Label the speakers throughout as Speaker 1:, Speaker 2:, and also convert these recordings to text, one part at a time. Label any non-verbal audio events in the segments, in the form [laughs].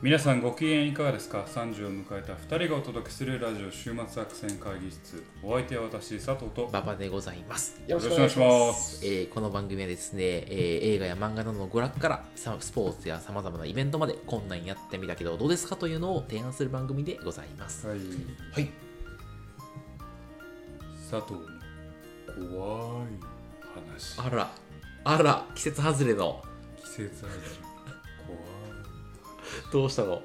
Speaker 1: 皆さんご機嫌いかがですか ?30 を迎えた2人がお届けするラジオ週末作戦会議室お相手は私佐藤と
Speaker 2: 馬場でございます。
Speaker 1: よろしくお願いします
Speaker 2: えーこの番組はですね、えー映画や漫画などの娯楽からさスポーツやさまざまなイベントまでこんなんやってみたけどどうですかというのを提案する番組でございます。
Speaker 1: はい
Speaker 2: はい。
Speaker 1: 佐藤の怖い話
Speaker 2: あら、あら、季節外れの。
Speaker 1: 季節外れ怖い
Speaker 2: どうしたの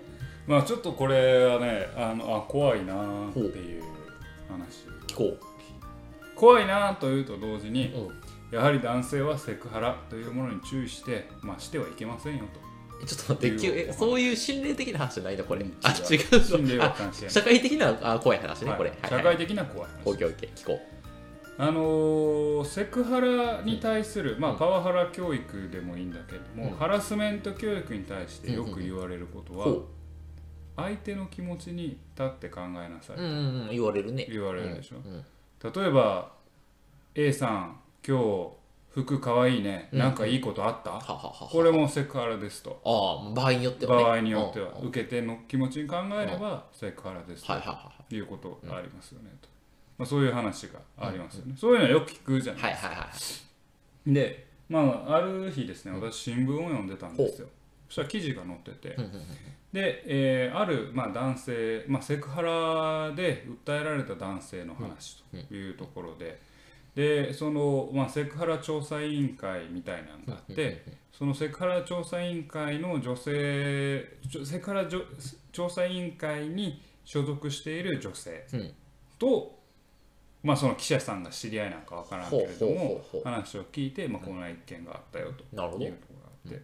Speaker 1: まあちょっとこれはねあのあ怖いなーっていう話
Speaker 2: 聞こ
Speaker 1: 怖いなーというと同時
Speaker 2: う。う
Speaker 1: に
Speaker 2: ん。
Speaker 1: やはり男性はセクハラというものに注意してまあしてはいけませんよと
Speaker 2: えちょっと待ってきゅ
Speaker 1: っていう
Speaker 2: え、そういう心霊的な話じゃないのこれ
Speaker 1: うん。
Speaker 2: あ、
Speaker 1: 違
Speaker 2: 違
Speaker 1: う
Speaker 2: う。
Speaker 1: 心霊は関係ない
Speaker 2: あ社会的なあ怖い話ね、
Speaker 1: はい
Speaker 2: これ。
Speaker 1: 社
Speaker 2: はいは
Speaker 1: 会
Speaker 2: い。
Speaker 1: 的な怖い話
Speaker 2: オッケーオッケー、聞こ
Speaker 1: あのーセクハラに対する、まあ、
Speaker 2: うん
Speaker 1: パワハラ教育でもいいんだけれども、
Speaker 2: うん
Speaker 1: ハラスメント教育に対してよく言われること
Speaker 2: う。
Speaker 1: は、
Speaker 2: ほ
Speaker 1: 相手の気持ちに立って考えなさい、
Speaker 2: う。うんうんうん、言われるね。
Speaker 1: 言われるでしょ
Speaker 2: うんうん
Speaker 1: 例えば A さん今日服かわいいね、
Speaker 2: うん
Speaker 1: なんかいいことあった、
Speaker 2: はははは。
Speaker 1: これもセクハラですと
Speaker 2: ああ、場合によってはね。
Speaker 1: 場合によっては
Speaker 2: うんうん
Speaker 1: 受け手の気持ちに考えればセクハラです
Speaker 2: はいはいはいはい。
Speaker 1: ということがありますよねと、まあ、そういう話がありますよね、そういうのはよく聞くじゃない
Speaker 2: はいはいはい。
Speaker 1: でまあある日ですね私新聞を読んでたんですよ、そしたら記事が載ってて、
Speaker 2: うんうん
Speaker 1: で、えーある、まあ、男性、まあ、セクハラで訴えられた男性の話というところで、でその、まあ、セクハラ調査委員会みたいなのがあって、そのセクハラ調査委員会の女性ちょセクハラじょ調査委員会に所属している女性
Speaker 2: うん
Speaker 1: と、まあ、その記者さんが知り合いなんかわからんけれど
Speaker 2: ほうほう
Speaker 1: も
Speaker 2: ほうほう
Speaker 1: 話を聞いて、まあ、こんな一件があったよと。
Speaker 2: なるほ
Speaker 1: い
Speaker 2: ど
Speaker 1: う。ところがあって、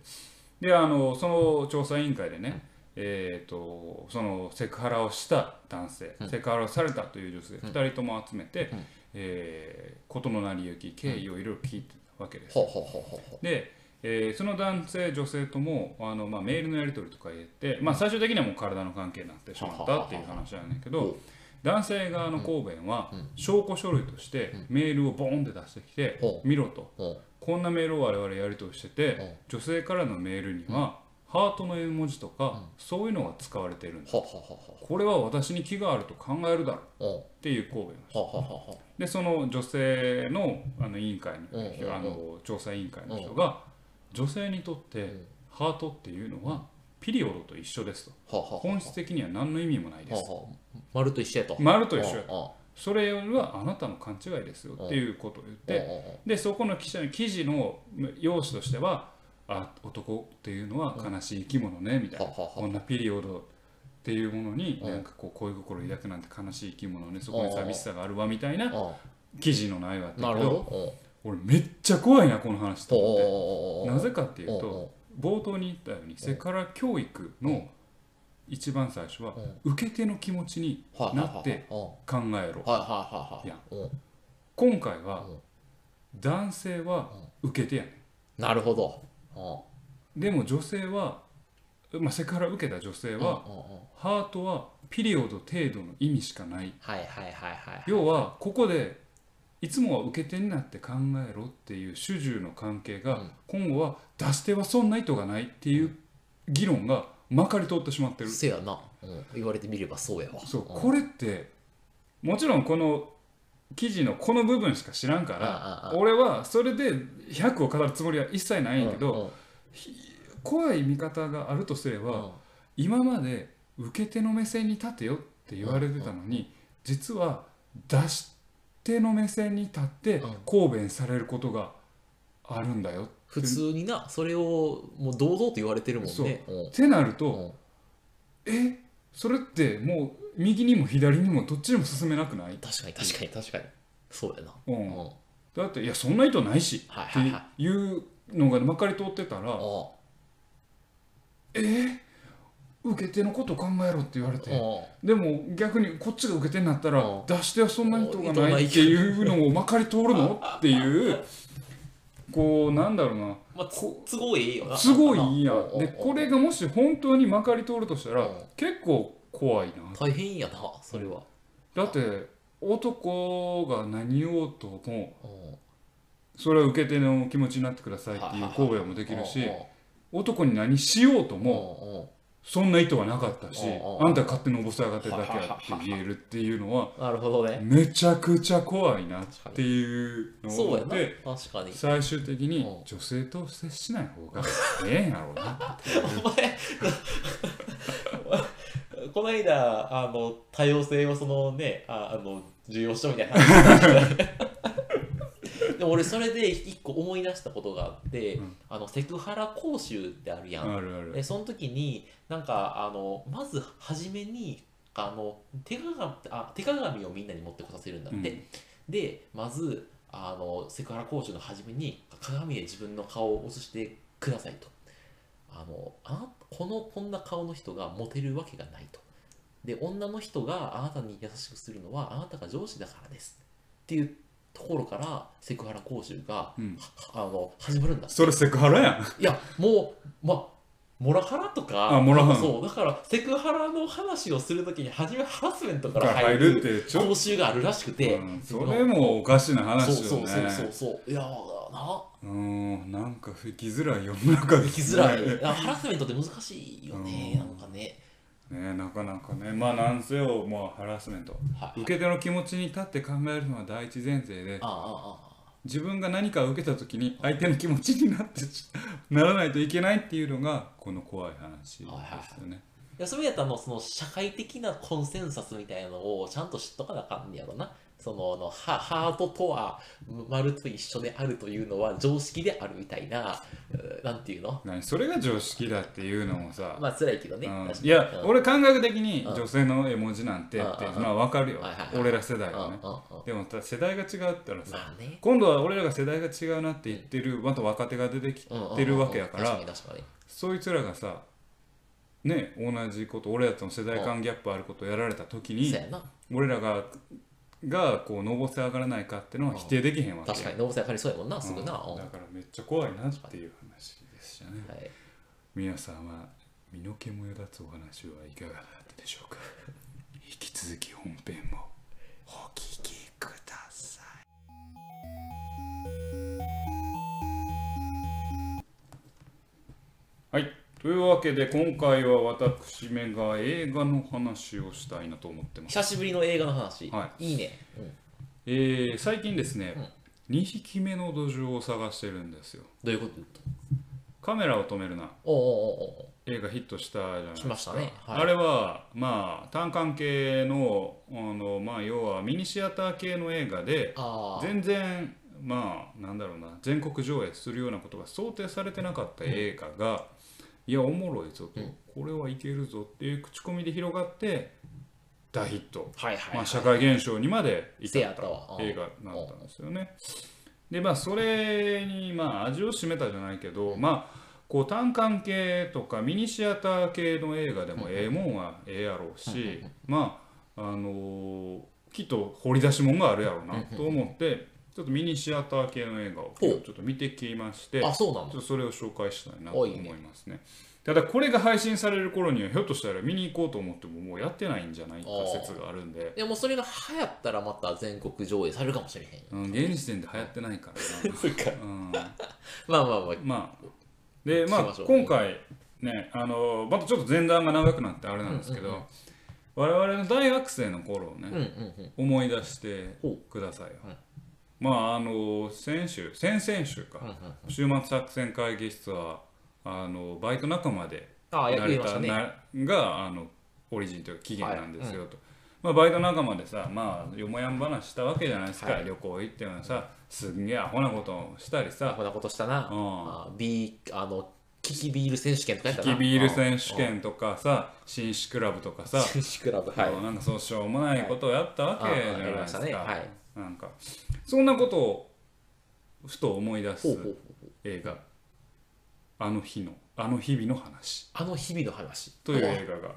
Speaker 1: であのその調査委員会でね、えー、とそのセクハラをした男性、セクハラをされたという女性、2人とも集めて、えー事の成り行き経緯をいろいろ聞いてたわけです。
Speaker 2: ほうほうほうほうほ
Speaker 1: でえーその男性、女性ともあの、まあ、メールのやり取りとか言って、まあ、最終的にはもう体の関係になってしまったっていう話なんだけど男性側の答弁は証拠書類としてメールをボーンって出してきて
Speaker 2: ほ
Speaker 1: 見ろと
Speaker 2: う。うん
Speaker 1: こんなメールを我々やり取りしてて、
Speaker 2: うん
Speaker 1: 女性からのメールには、ハートの絵文字とか、そういうのが使われているんだ
Speaker 2: ほうほうほうほ
Speaker 1: これは私に気があると考えるだろう
Speaker 2: う。うん
Speaker 1: っていう答弁
Speaker 2: ほうほうほうほ
Speaker 1: でその女性のあの委員会の,、
Speaker 2: うんうんうん
Speaker 1: あの調査委員会の人が、女性にとって、ハートっていうのはピリオドと一緒ですと
Speaker 2: うほうほうほう。
Speaker 1: 本質的には何の意味もないで
Speaker 2: ほう
Speaker 1: す
Speaker 2: ほう。丸と一緒やと。
Speaker 1: 丸と一緒や
Speaker 2: 緒
Speaker 1: それよりはあなたの勘違いですよっていうことを言って、でそこの記者の記事の用紙としてはあ男っていうのは悲しい生き物ねみたいな、
Speaker 2: ははは
Speaker 1: こんなピリオドっていうものに
Speaker 2: うん
Speaker 1: なんかこう恋心を抱くなんて悲しい生き物ねそこに寂しさがあるわみたいな
Speaker 2: う
Speaker 1: 記事の内容だっ
Speaker 2: ん。な
Speaker 1: た
Speaker 2: る
Speaker 1: け
Speaker 2: ほど。
Speaker 1: ど
Speaker 2: うん
Speaker 1: 俺めっちゃ怖いなこの話と思って
Speaker 2: ほうほうほうほう
Speaker 1: なぜかっていう
Speaker 2: うんうん
Speaker 1: と冒頭に言ったようにセクハラ教育の一番最初は受け手の気持ちに
Speaker 2: はい
Speaker 1: なって
Speaker 2: うん
Speaker 1: 考えろ
Speaker 2: はいはいはいはい。
Speaker 1: いや
Speaker 2: うん
Speaker 1: 今回は
Speaker 2: うん
Speaker 1: 男性は受け手やねん
Speaker 2: なるほど。う
Speaker 1: でも女性は、まあ、セクハラを受けた女性
Speaker 2: んうんうん
Speaker 1: は、ハートはピリオド程度の意味しかない
Speaker 2: はいはいはいはい。
Speaker 1: 要はここでいつもは受け手になって考えろっていう主従の関係が、
Speaker 2: うん
Speaker 1: 今後は出し手はそんな意図がないっていう議論がまかり通ってしまってる、
Speaker 2: せやな。うん言われてみればそうやわ。
Speaker 1: そう
Speaker 2: うん
Speaker 1: これってもちろんこの記事のこの部分しか知らんから
Speaker 2: うんうん
Speaker 1: 俺はそれで100を語るつもりは一切ないんやけど、
Speaker 2: うんうん
Speaker 1: 怖い見方があるとすれば、
Speaker 2: うん
Speaker 1: 今まで受け手の目線に立てよって言われてたのに実は出し手の目線に立って
Speaker 2: うん
Speaker 1: 抗弁されることがあるんだよって
Speaker 2: 普通にな、それをもう堂々と言われてるもん
Speaker 1: そう
Speaker 2: ね。うん
Speaker 1: ってなる
Speaker 2: う
Speaker 1: と
Speaker 2: ん
Speaker 1: えそれってもう右にも左にもどっちにも進めなくない、
Speaker 2: 確かに確かに確かにそうやな、
Speaker 1: う
Speaker 2: うん
Speaker 1: ん
Speaker 2: うん、
Speaker 1: だっていやそんな意図ないし
Speaker 2: はい
Speaker 1: って
Speaker 2: はいはい
Speaker 1: いうのがまかり通ってたら受け手のことを考えろって言われてでも逆にこっちが受け手になったら
Speaker 2: うん
Speaker 1: 出してはそんな人がないっていうのをまかり通るのっていうこうなんだろうな
Speaker 2: まあつ都合いいよな
Speaker 1: すごいいいや
Speaker 2: うんうんうん
Speaker 1: でこれがもし本当にまかり通るとしたら
Speaker 2: うん
Speaker 1: 結構怖いな
Speaker 2: 大変やなそれは、
Speaker 1: だって男が何言おうとも
Speaker 2: うん
Speaker 1: それは受け手の気持ちになってくださいっていう行為もできるし男に何しようとも
Speaker 2: も
Speaker 1: そんな意図はなかったし
Speaker 2: おうおう
Speaker 1: あんた勝手におぼせ上がってるだけやって言えるっていうのは
Speaker 2: なるほどね。
Speaker 1: めちゃくちゃ怖いなっていうの
Speaker 2: そう
Speaker 1: を
Speaker 2: やな
Speaker 1: で。
Speaker 2: 確かに。
Speaker 1: 最終的に
Speaker 2: うん
Speaker 1: 女性と接しない方がええんやろうなっていう
Speaker 2: お前、 [laughs] この間、あの、多様性をそのね、ああの、重要視したみたいな話した。でも俺、それで一個思い出したことがあって、
Speaker 1: うん
Speaker 2: あの、セクハラ講習ってあるやん。
Speaker 1: あるあ
Speaker 2: で
Speaker 1: る
Speaker 2: その時になんかあのまず初めにあの手鏡あ手鏡をみんなに持ってこさせるんだって、
Speaker 1: うん
Speaker 2: でまずあのセクハラ講習の初めに鏡で自分の顔を映してくださいとあのあなこのこんな顔の人がモテるわけがないとで女の人があなたに優しくするのはあなたが上司だからですっていうところからセクハラ講習が、
Speaker 1: うん
Speaker 2: あの始まるんだって
Speaker 1: それセクハラやん
Speaker 2: いや、もう、ま、モラハラとか、
Speaker 1: あモラハラ
Speaker 2: そう、だから、セクハラの話をするときに、初めハラスメントから
Speaker 1: 入
Speaker 2: 入
Speaker 1: るっ
Speaker 2: る
Speaker 1: てちょっ
Speaker 2: 講習があるらしくて、
Speaker 1: うんそれもおかしな
Speaker 2: そう
Speaker 1: 話
Speaker 2: そ
Speaker 1: よ
Speaker 2: うそうそう
Speaker 1: ね
Speaker 2: そう、いやー、な、
Speaker 1: うんなんか生きづらい世の中で
Speaker 2: 生きづらい、あハラスメントって難しいよね、
Speaker 1: うん
Speaker 2: なんかね、
Speaker 1: ねなかなかねまあなんせよまあハラスメント
Speaker 2: はい、
Speaker 1: 受け手の気持ちに立って考えるのは第一前提で
Speaker 2: ああああ
Speaker 1: 自分が何かを受けた時に相手の気持ちになってしならないといけないっていうのがこの怖い話ですよね。
Speaker 2: いやそれやったらもうその社会的なコンセンサスみたいなのをちゃんと知っとかなあかんねやろな。そのあのハハートとは丸と一緒であるというのは常識であるみたいな、うなんていうの
Speaker 1: 何それが常識だっていうのもさ、
Speaker 2: まあ辛いけどね。
Speaker 1: うん
Speaker 2: 確かに
Speaker 1: いや、
Speaker 2: うん
Speaker 1: 俺感覚的に
Speaker 2: うん
Speaker 1: 女性の絵文字なんてって、
Speaker 2: うんうんうん
Speaker 1: まあわかるよ、
Speaker 2: はいはいはい
Speaker 1: 俺ら世代はね
Speaker 2: うんうんうん
Speaker 1: でもた世代が違ったらさ
Speaker 2: まあね。
Speaker 1: 今度は俺らが世代が違うなって言ってるまた若手が出てき
Speaker 2: うんうんうんうん
Speaker 1: てるわけやから、
Speaker 2: 確かに確かに。
Speaker 1: そいつらがさね同じこと俺らとの世代間ギャップあることをやられた時に、
Speaker 2: そうやな。
Speaker 1: 俺らががこうのぼせ上がらないかってのは否定できへんわけ
Speaker 2: 確かに、のぼせやかりそうやもんな、すぐな。
Speaker 1: う
Speaker 2: うんん
Speaker 1: だ
Speaker 2: は
Speaker 1: からめっちゃ怖いなっていう話ですよね
Speaker 2: い
Speaker 1: 皆さんは身の毛もよだつお話はいかがだったでしょうか [laughs] 引き続き本編もお聞きくださいはいというわけで今回は私めが映画の話をしたいなと思ってます
Speaker 2: 久しぶりの映画の話
Speaker 1: は。
Speaker 2: いいね。うん
Speaker 1: えー最近ですね、
Speaker 2: うん
Speaker 1: 2匹目の土壌を探してるんですよ
Speaker 2: どういうこと
Speaker 1: カメラを止めるな
Speaker 2: おうおうおうおう
Speaker 1: 映画ヒットしたじゃないです
Speaker 2: し
Speaker 1: か
Speaker 2: ましたね。はい
Speaker 1: あれはまあ単館系のあのまあ要はミニシアター系の映画で
Speaker 2: あー
Speaker 1: 全然まあなんだろうな全国上映するようなことが想定されてなかった映画が、いやおもろいぞと、
Speaker 2: うん
Speaker 1: これはいけるぞっていう口コミで広がって大ヒット
Speaker 2: はいはい
Speaker 1: ま
Speaker 2: は
Speaker 1: あ、
Speaker 2: い。
Speaker 1: 社会現象にまで至った
Speaker 2: せやったわうん
Speaker 1: 映画になったんですよね。でまあそれにまあ味を占めたじゃないけどまあこう単館系とかミニシアター系の映画でもええもんはええやろうしまああのーきっと掘り出し物があるやろうなと思ってちょっとミニシアター系の映画を今日ちょっと見てきましてちょ
Speaker 2: あ、そうな
Speaker 1: っ
Speaker 2: んだ。
Speaker 1: とそれを紹介したいなと思いますね。ただこれが配信される頃にはひょっとしたら見に行こうと思ってももうやってないんじゃないか説があるんで
Speaker 2: でもそれが流行ったらまた全国上映されるかもしれへんよ。
Speaker 1: うん、現時点で流行ってないから
Speaker 2: そっか。
Speaker 1: な、
Speaker 2: まあまあまあ
Speaker 1: う。ん、まあでまあ
Speaker 2: しましょう
Speaker 1: 今回ねあのまたちょっと前段が長くなってあれなんですけど、
Speaker 2: うんうん
Speaker 1: 我々の大学生の頃を
Speaker 2: うん
Speaker 1: ね、
Speaker 2: うんうん。
Speaker 1: 思い出して
Speaker 2: ほ
Speaker 1: くださいよ、
Speaker 2: はい
Speaker 1: まああの先週先々週か、
Speaker 2: うんうん
Speaker 1: 週末作戦会議室はあのバイト仲間で
Speaker 2: ああ、や
Speaker 1: 成
Speaker 2: りま
Speaker 1: 田
Speaker 2: したね。
Speaker 1: ながあのオリジンというか起源なんですよと、まあ、バイト仲間でさまあよもやん話したわけじゃないですか、
Speaker 2: はい
Speaker 1: 旅行行ってもさすんげえアホなことをしたり
Speaker 2: あ
Speaker 1: さ
Speaker 2: こんなことしたな。
Speaker 1: うん
Speaker 2: あビーあの、キキビール選手権とかやったな。
Speaker 1: キビール選手権とかさ紳士クラブとかさ
Speaker 2: 選手クラブ、はい。
Speaker 1: なんかそうしょうもないことをやったわけじゃないですか、
Speaker 2: はいああやりましたね
Speaker 1: なんかそんなことをふと思い出す
Speaker 2: ほうほうほう
Speaker 1: 映画「あの日のあの日々の話
Speaker 2: あの日々の話」。
Speaker 1: という映画が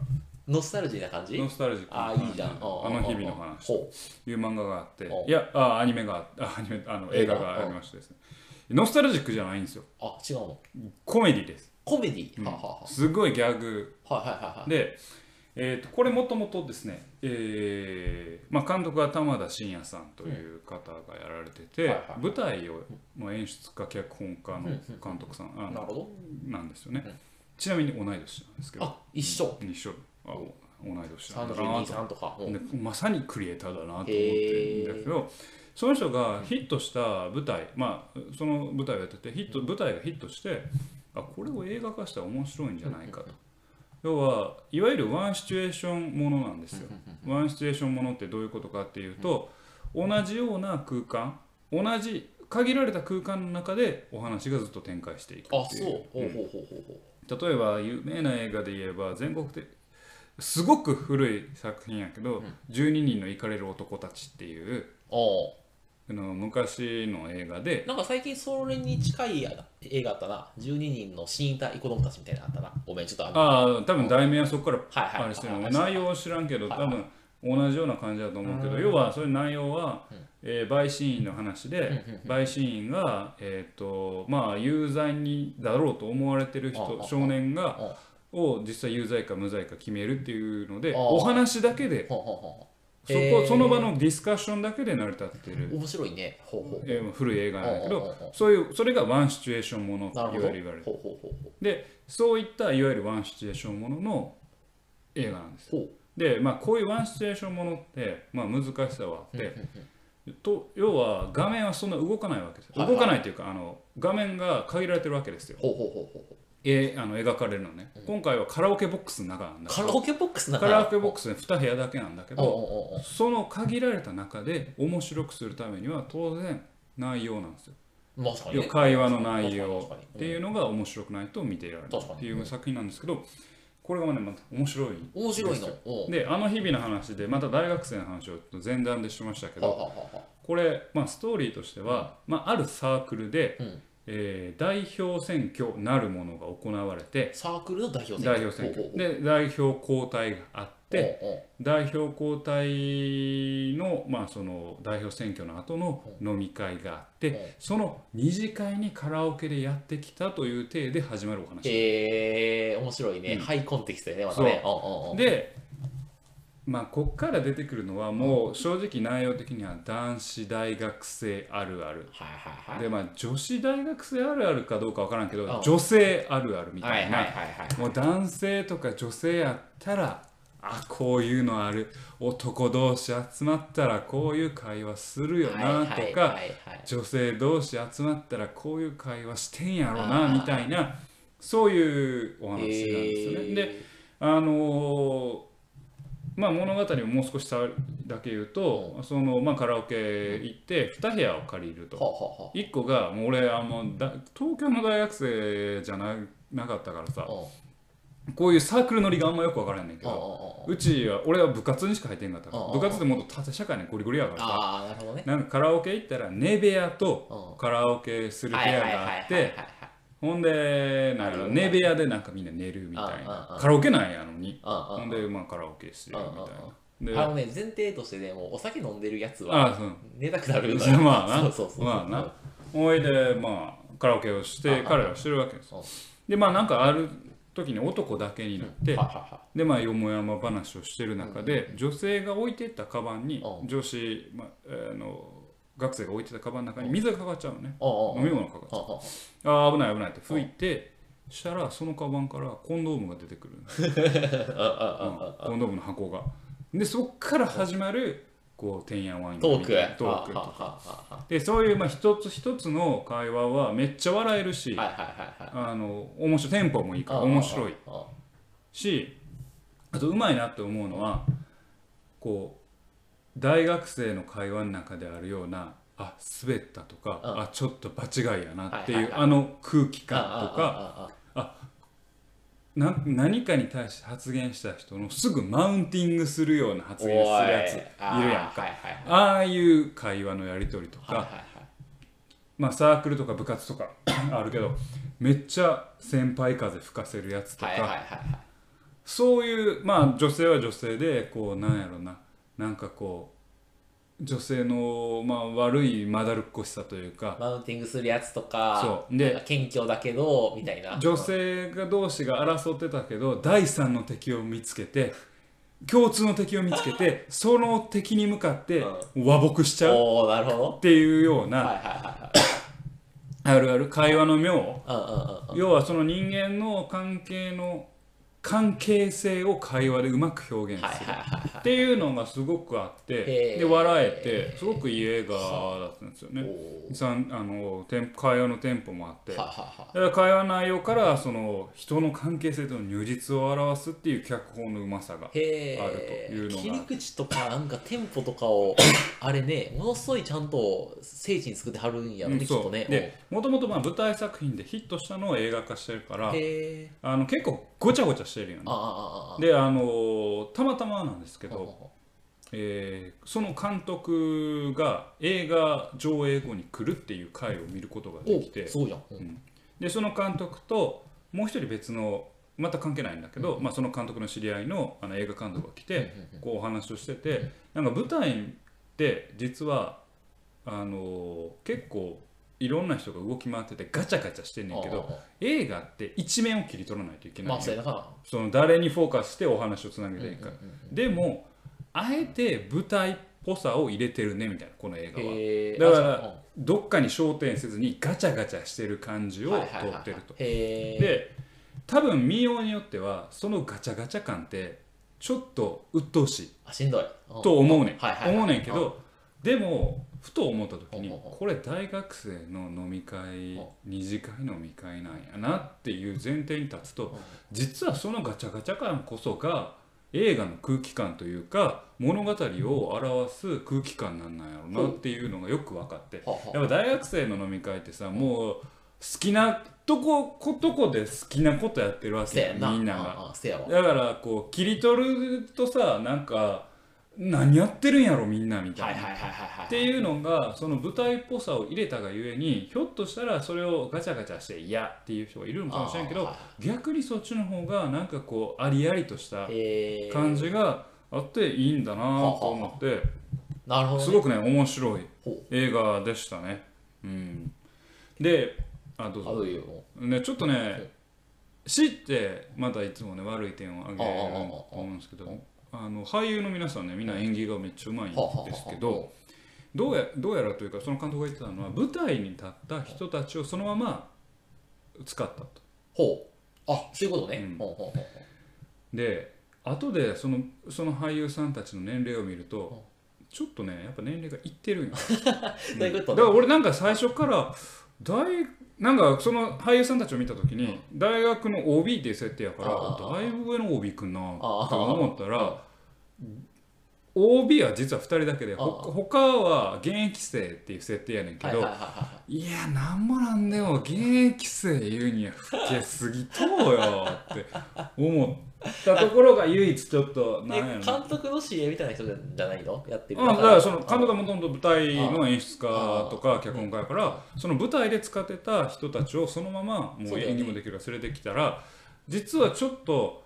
Speaker 2: ノスタルジーな感じ
Speaker 1: ノスタルジックな
Speaker 2: ああ、
Speaker 1: 感
Speaker 2: いいじゃん。
Speaker 1: あの日々の話
Speaker 2: ほ
Speaker 1: いう漫画があって
Speaker 2: お、
Speaker 1: いや、あアニメがあって、あアニメあの映
Speaker 2: 映画
Speaker 1: 画がありましてですね、ノスタルジックじゃないんですよ、
Speaker 2: う。あ、違うの。
Speaker 1: コメディです。
Speaker 2: コメディ
Speaker 1: うん
Speaker 2: はあは
Speaker 1: すごいギャグ
Speaker 2: あはあはいはいはいはい。
Speaker 1: で、えーとこれもともとですね、えーまあ、監督は玉田真也さんという方がやられてて、
Speaker 2: はいはい
Speaker 1: 舞台を、まあ、演出家、脚本家の監督さん、あ
Speaker 2: なる
Speaker 1: の
Speaker 2: ほど。
Speaker 1: なんですよね。ちなみに同い年なんですけど
Speaker 2: あ一緒
Speaker 1: うん一緒あ同い年なんだなと
Speaker 2: 32,3とかうん
Speaker 1: でまさにクリエイターだなと思って
Speaker 2: へー
Speaker 1: るんだけどその人がヒットした舞台まあその舞台をやっててヒット舞台がヒットしてあこれを映画化したら面白いんじゃないかと。要はいわゆるワンシチュエーションものなんですよ。ワンシチュエーションものってどういうことかっていうと同じような空間同じ限られた空間の中でお話がずっと展開していく
Speaker 2: あ
Speaker 1: ってい
Speaker 2: そううほうほうほうほうほう
Speaker 1: 例えば有名な映画で言えば全国ですごく古い作品やけど「12人のイカれる男たち」っていう
Speaker 2: あ
Speaker 1: あの昔の映画で
Speaker 2: あなんか最近それに近い映画あったな12人の死にたい子供たちみたいなのあったなごめんちょっとあの
Speaker 1: ああ多分題名はそこから
Speaker 2: はいはい
Speaker 1: あれしてる
Speaker 2: は
Speaker 1: の
Speaker 2: いはい
Speaker 1: 内容は知らんけど
Speaker 2: はい
Speaker 1: 多分同じような感じだと思うけど要はそれ内容は、えー陪審員の話で陪審員が、えーとまあ、有罪にだろうと思われてる
Speaker 2: ああ
Speaker 1: 人
Speaker 2: あ
Speaker 1: 少年
Speaker 2: あ
Speaker 1: がを実際有罪か無罪か決めるっていうので
Speaker 2: ああ
Speaker 1: お話だけで
Speaker 2: ほうほうほ
Speaker 1: そこ、
Speaker 2: えー
Speaker 1: その場のディスカッションだけで成り立っていうる、
Speaker 2: 面白いねほうほう
Speaker 1: えー古い映画なんだけ
Speaker 2: おうおうおうお
Speaker 1: どそういうそれがワンシチュエーションものい
Speaker 2: な
Speaker 1: わ
Speaker 2: るほ
Speaker 1: ゆ
Speaker 2: ど
Speaker 1: る言われる
Speaker 2: ほうほうほうほう
Speaker 1: でそういったいわゆるワンシチュエーションものの映画なんです
Speaker 2: ほう
Speaker 1: でまあこういうワンシチュエーションものって、まあ、難しさはあってと要は画面はそんな動かないわけですよ
Speaker 2: はいはい
Speaker 1: 動かないというかあの画面が限られてるわけですよ、
Speaker 2: ほうほうほうほう
Speaker 1: えあの描かれるのね、今回はカラオケボックスの中なんだけ
Speaker 2: カ
Speaker 1: ど
Speaker 2: ラオケボックスな
Speaker 1: カラオケボッ
Speaker 2: ク
Speaker 1: クスで2部屋だけなんだけどその限られた中で面白くするためには当然内容なんですよ。
Speaker 2: まさに
Speaker 1: 要
Speaker 2: ね
Speaker 1: は会話の内
Speaker 2: 確
Speaker 1: 容
Speaker 2: かに
Speaker 1: っていうのが面白くないと見ていられない
Speaker 2: 確かに
Speaker 1: っていう作品なんですけどこれがまだまた面白い。
Speaker 2: 面白いのうん
Speaker 1: であの日々の話でまた大学生の話をちょっと前段でしましたけ
Speaker 2: はは
Speaker 1: ど
Speaker 2: はは
Speaker 1: これ、まあ、ストーリーとしては、まあ、あるサークルで、
Speaker 2: うん
Speaker 1: えー代表選挙なるものが行われて
Speaker 2: サークルの代表選
Speaker 1: 代表選挙で代表交代があって
Speaker 2: で
Speaker 1: 代表交代の,、まあその代表選挙の後の飲み会があって、
Speaker 2: うん
Speaker 1: その二次会にカラオケでやってきたという体で始まるお話、
Speaker 2: へえ面白いねハイコンテキストやねまたねうんうんうん
Speaker 1: で、まあ、こっから出てくるのはもう正直内容的には男子大学生あるある
Speaker 2: はいはいはい
Speaker 1: でまあ女子大学生あるあるかどうかわからんけど、
Speaker 2: うん
Speaker 1: 女性あるあるみ
Speaker 2: は
Speaker 1: たい
Speaker 2: いはい
Speaker 1: な、
Speaker 2: はいはい
Speaker 1: もう男性とか女性やったらあこういうのある男同士集まったらこういう会話するよなとか、
Speaker 2: はいはいはいはい
Speaker 1: 女性同士集まったらこういう会話してんやろ
Speaker 2: あ
Speaker 1: な
Speaker 2: ー
Speaker 1: みたいなそういうお話なんですよね。
Speaker 2: へー
Speaker 1: であのーまあ、物語をもう少しだけ言うと、そのまあ、カラオケ行って2部屋を借りると。
Speaker 2: ははは
Speaker 1: 1個がもう俺あのだ東京の大学生じゃななかったからさ
Speaker 2: うん
Speaker 1: こういうサークル乗りがあんまよく分からんねんけ
Speaker 2: うんうん
Speaker 1: ど
Speaker 2: うん
Speaker 1: うちは俺は部活にしか入ってんかったから
Speaker 2: うんうんう
Speaker 1: 部
Speaker 2: ん
Speaker 1: 活でもっと社会にゴリゴリやからさ
Speaker 2: ああなるほどね
Speaker 1: なんかカラオケ行ったら寝部屋と
Speaker 2: う
Speaker 1: カラオケする部屋があっ
Speaker 2: はいはい
Speaker 1: て
Speaker 2: はい
Speaker 1: ほんでなんや
Speaker 2: あ
Speaker 1: ろ
Speaker 2: る
Speaker 1: 寝部屋でなんかみんな寝るみたい
Speaker 2: うんうん
Speaker 1: な
Speaker 2: うん
Speaker 1: カラオケなんやのに
Speaker 2: はい
Speaker 1: ほ
Speaker 2: はいうんうん
Speaker 1: んでまあカラオケしてるみたい
Speaker 2: あ
Speaker 1: なで
Speaker 2: のね前提としてねもうお酒飲んでるやつは
Speaker 1: あそう
Speaker 2: 寝たくなる
Speaker 1: [laughs] まあな
Speaker 2: そうそうそうそう
Speaker 1: まあなおいでまあカラオケをして
Speaker 2: あ
Speaker 1: 彼らはしてるわけです
Speaker 2: うん
Speaker 1: でまあなんかある時に男だけになって
Speaker 2: はいはいはい
Speaker 1: でまあよもやま話をしてる中で女性が置いてったカバンに
Speaker 2: う
Speaker 1: 女子、まああの学生が置いてたカバンの中に水がかかっちゃうのね
Speaker 2: うんう
Speaker 1: 飲
Speaker 2: ん
Speaker 1: み物がかかっちゃう
Speaker 2: うんうん
Speaker 1: あー危ない危ないって拭いてしたらそのカバンからコンドームが出てくるの、うんコンドームの箱がでそっから始まるこうてんやわんや
Speaker 2: トー
Speaker 1: み
Speaker 2: ク
Speaker 1: たいなト
Speaker 2: は
Speaker 1: ー
Speaker 2: あ
Speaker 1: ク
Speaker 2: はあはあは
Speaker 1: でそういうまあ一つ一つの会話はめっちゃ笑えるし、
Speaker 2: あはいはいはいはい
Speaker 1: あの面白いテンポもいいから面白い
Speaker 2: うんうんうん
Speaker 1: しあとうまいなって思うのはこう大学生の会話の中であるようなあ滑ったとか、
Speaker 2: うん
Speaker 1: あちょっと場違いやなっていう、
Speaker 2: はいはいはい
Speaker 1: あの空気
Speaker 2: あ
Speaker 1: 感とか
Speaker 2: あああ
Speaker 1: な何かに対して発言した人のすぐマウンティングするような発言
Speaker 2: お
Speaker 1: するやつい
Speaker 2: いあー
Speaker 1: るやん
Speaker 2: はい
Speaker 1: か
Speaker 2: はいはい
Speaker 1: ああいう会話のやり取りとか、
Speaker 2: はいはい
Speaker 1: まあ、サークルとか部活とかあるけどめっちゃ先輩風吹かせるやつとか、
Speaker 2: はいはいはいはいはい
Speaker 1: そういうまあ女性は女性でこうなんやろななんかこう女性の、まあ、悪いまだるっこしさというか
Speaker 2: マウンティングするやつとか
Speaker 1: そうで
Speaker 2: なんか謙虚だけどみたいな
Speaker 1: 女性が同士が争ってたけど第三の敵を見つけて共通の敵を見つけてその敵に向かって和睦しちゃうっ
Speaker 2: おおなるほど
Speaker 1: ていうような
Speaker 2: はいはいはいはい
Speaker 1: あるある会話の妙
Speaker 2: あああああ
Speaker 1: 要はその人間の関係の関係性を会話でうまく表現
Speaker 2: はい
Speaker 1: する
Speaker 2: はいはいは
Speaker 1: っていうのがすごくあって
Speaker 2: へー
Speaker 1: で笑えてすごくいい映画だったんですよ
Speaker 2: い。お
Speaker 1: ね
Speaker 2: お
Speaker 1: さんあのテンポ会話のテンポもあって
Speaker 2: ー。はいはいは
Speaker 1: だから会話内容からその人の関係性との如実を表すっていう脚本のうまさが
Speaker 2: い。へ
Speaker 1: あるという
Speaker 2: え
Speaker 1: のが
Speaker 2: 切り口とかなんかテンポとか
Speaker 1: [coughs]
Speaker 2: をあれねものすごいちゃんと精緻に作ってはるんやろ
Speaker 1: う
Speaker 2: ね
Speaker 1: ん
Speaker 2: きっ
Speaker 1: そ
Speaker 2: と
Speaker 1: う
Speaker 2: ね
Speaker 1: でもともとまあ舞台作品でヒットしたのを映画化してるか
Speaker 2: お
Speaker 1: ら
Speaker 2: うへえ
Speaker 1: あの結構ごちゃごちゃしてるよね
Speaker 2: ああああああ
Speaker 1: であのーたまたまなんですけど、
Speaker 2: ほ
Speaker 1: えーその監督が映画上映後に来るっていう回を見ることが
Speaker 2: うほう
Speaker 1: でき
Speaker 2: お
Speaker 1: て
Speaker 2: すごいじゃん
Speaker 1: んでその監督ともう一人別のまた関係ないんだけど、まあ、その監督の知り合いのあの映画監督が来て、こうお話をしてて、なんか舞台って実はあのー結構いろんな人が動き回っててガチャガチャしてんねんけど、
Speaker 2: あああ
Speaker 1: 映画って一面を切り取らないといけ
Speaker 2: あ
Speaker 1: ない
Speaker 2: ま
Speaker 1: の
Speaker 2: あ
Speaker 1: よ
Speaker 2: そうやなか
Speaker 1: その誰にフォーカスしてお話をつなげ
Speaker 2: な
Speaker 1: ていく
Speaker 2: うん
Speaker 1: か、
Speaker 2: うんうん
Speaker 1: でもあえて舞台っぽさを入れてるねみたいなこの映画は
Speaker 2: へえ
Speaker 1: だか
Speaker 2: あそう
Speaker 1: らどっかに焦点せずにガチャガチャしてる感じを
Speaker 2: う
Speaker 1: 撮
Speaker 2: んはいはいはい
Speaker 1: ってると
Speaker 2: へえ
Speaker 1: で多分見ようによってはそのガチャガチャ感ってちょっと鬱陶しい
Speaker 2: あしんどいうん
Speaker 1: と思うねん、
Speaker 2: はいはいはい
Speaker 1: 思うねんけどでもふと思った時に
Speaker 2: うんうんうん
Speaker 1: これ大学生の飲み会
Speaker 2: うん
Speaker 1: 二次会飲み会なんやなっていう前提に立つと
Speaker 2: うん
Speaker 1: 実はそのガチャガチャ感こそが映画の空気感というか物語を表す空気感なんなんやろうなっていうのがよく分かって
Speaker 2: はあはあ
Speaker 1: やっぱ大学生の飲み会ってさもう好きなとこことこで好きなことやってるわ
Speaker 2: せ
Speaker 1: け
Speaker 2: や
Speaker 1: や
Speaker 2: な。
Speaker 1: みんな
Speaker 2: あ
Speaker 1: が
Speaker 2: ああせやわ。
Speaker 1: だからこう切り取るとさなんか何やってるんやろみんなみた
Speaker 2: はい
Speaker 1: い
Speaker 2: は
Speaker 1: ない
Speaker 2: はいはい。
Speaker 1: っていうのがその舞台っぽさを入れたがゆえにひょっとしたらそれをガチャガチャして嫌っていう人がいるのかもしれんけど
Speaker 2: あ
Speaker 1: 逆にそっちの方がなんかこうありありとした
Speaker 2: へえ
Speaker 1: 感じがあっていいんだなと思って
Speaker 2: なるほど、ね。
Speaker 1: すごくね面白い
Speaker 2: ほう
Speaker 1: 映画でしたね。うん、であどう
Speaker 2: あ
Speaker 1: ぞ
Speaker 2: どういう
Speaker 1: ねちょっと
Speaker 2: い
Speaker 1: ね知ってまたいつもね悪い点を挙げる
Speaker 2: ああああああ
Speaker 1: と思うんですけどあの俳優の皆さんねみんな演技がめっちゃうまいん
Speaker 2: はあはあはあ
Speaker 1: ですけど。どうやどうやらというかその監督が言ってたのは舞台に立った人たちをそのまま使ったと。
Speaker 2: ほう。あそういうことね。
Speaker 1: うん
Speaker 2: ほうほうほうほ
Speaker 1: で後でそのその俳優さんたちの年齢を見るとちょっとねやっぱ年齢がいってるんよ、
Speaker 2: うどういう
Speaker 1: だ
Speaker 2: こ
Speaker 1: から
Speaker 2: とね。
Speaker 1: 俺なんか最初から大なんかその俳優さんたちを見た時に大学の OB っていう設定やから
Speaker 2: ああ
Speaker 1: だいぶ上の OB くんなって
Speaker 2: ああ
Speaker 1: 思ったら OB は実は2人だけで
Speaker 2: ああ
Speaker 1: ほ他は現役生っていう設定やねんけ
Speaker 2: はいはい
Speaker 1: ど
Speaker 2: はいはい
Speaker 1: や、なんもなんでも、現役生言うには老けすぎとうよって思ったところが唯一ちょっと、
Speaker 2: い
Speaker 1: なん
Speaker 2: はい。
Speaker 1: や
Speaker 2: え
Speaker 1: ろ
Speaker 2: 監督の知り合いみたいな人じゃないのやってる。
Speaker 1: な。あだからその監督はもともと舞台
Speaker 2: あ
Speaker 1: の演出家とか脚本家やからその舞台で使ってた人たちをそのままも
Speaker 2: そううだよね
Speaker 1: 演技もできるから連れてきたら実はちょっと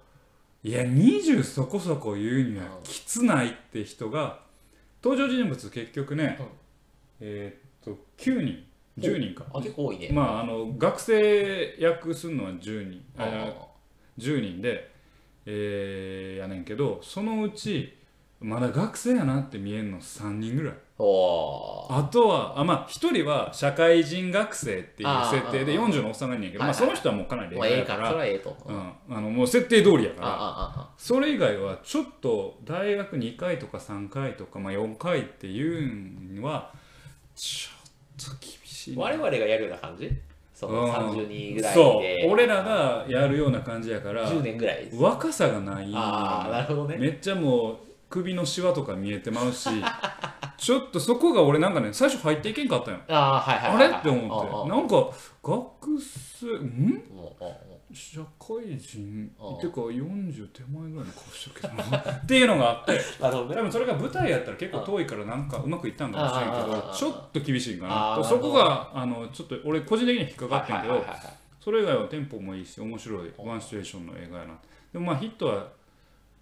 Speaker 1: いや20そこそこ言うにはきつないって人が登場人物結局ね
Speaker 2: うん
Speaker 1: えーっと9人10人か
Speaker 2: あ結構多いね。
Speaker 1: まあ、あの学生役すんのは10人
Speaker 2: あ
Speaker 1: あ10人で、えーやねんけどそのうちまだ学生やなって見えんの3人ぐらい
Speaker 2: あ。おー
Speaker 1: あとはあまあ1人は社会人学生っていう
Speaker 2: あー
Speaker 1: 設定で
Speaker 2: あーあー
Speaker 1: 40のおっさんがいんねんけど、まあ、
Speaker 2: はいは
Speaker 1: そ
Speaker 2: い
Speaker 1: の人はもうかなり
Speaker 2: まあ
Speaker 1: レ
Speaker 2: え
Speaker 1: ベ
Speaker 2: え
Speaker 1: ルか
Speaker 2: か。それ
Speaker 1: ら、
Speaker 2: はええと。
Speaker 1: う
Speaker 2: ああ
Speaker 1: ん、あのもう設定通りやから
Speaker 2: あ
Speaker 1: それ以外はちょっと大学2回とか3回とか、まあ、4回っていうのはちょっと厳し
Speaker 2: あ
Speaker 1: い
Speaker 2: あ。我々がやるような感じそ
Speaker 1: うん
Speaker 2: の30人ぐらい
Speaker 1: そう
Speaker 2: で。
Speaker 1: 俺らがやるような感じやから
Speaker 2: 10年ぐらい。
Speaker 1: 若さがない
Speaker 2: ああ、なるほどね。
Speaker 1: めっちゃもう首のシワとか見えてまう
Speaker 2: [laughs]
Speaker 1: しちょっとそこが俺なんかね最初入っていけんかったんよ
Speaker 2: ああ、はいはい
Speaker 1: あ
Speaker 2: は
Speaker 1: れ
Speaker 2: いはい。
Speaker 1: って思って
Speaker 2: ああ
Speaker 1: なんか学生ん
Speaker 2: もうああもう
Speaker 1: 社会人
Speaker 2: ああ
Speaker 1: てか40手前ぐらいの顔してるけどな [laughs] っていうのが
Speaker 2: [laughs]
Speaker 1: あって
Speaker 2: なるほどね
Speaker 1: 多。分それが舞台やったら結構遠いからなんかうまくいったんかもしれん
Speaker 2: ああああああああ
Speaker 1: けどちょっと厳しいんかな
Speaker 2: ああ
Speaker 1: とそこがあのちょっと俺個人的には引っ [laughs] かかってんけど
Speaker 2: はいはいはいはい
Speaker 1: それ以外はテンポもいいし面白いワンシチュエーションの映画やなでもまあヒットは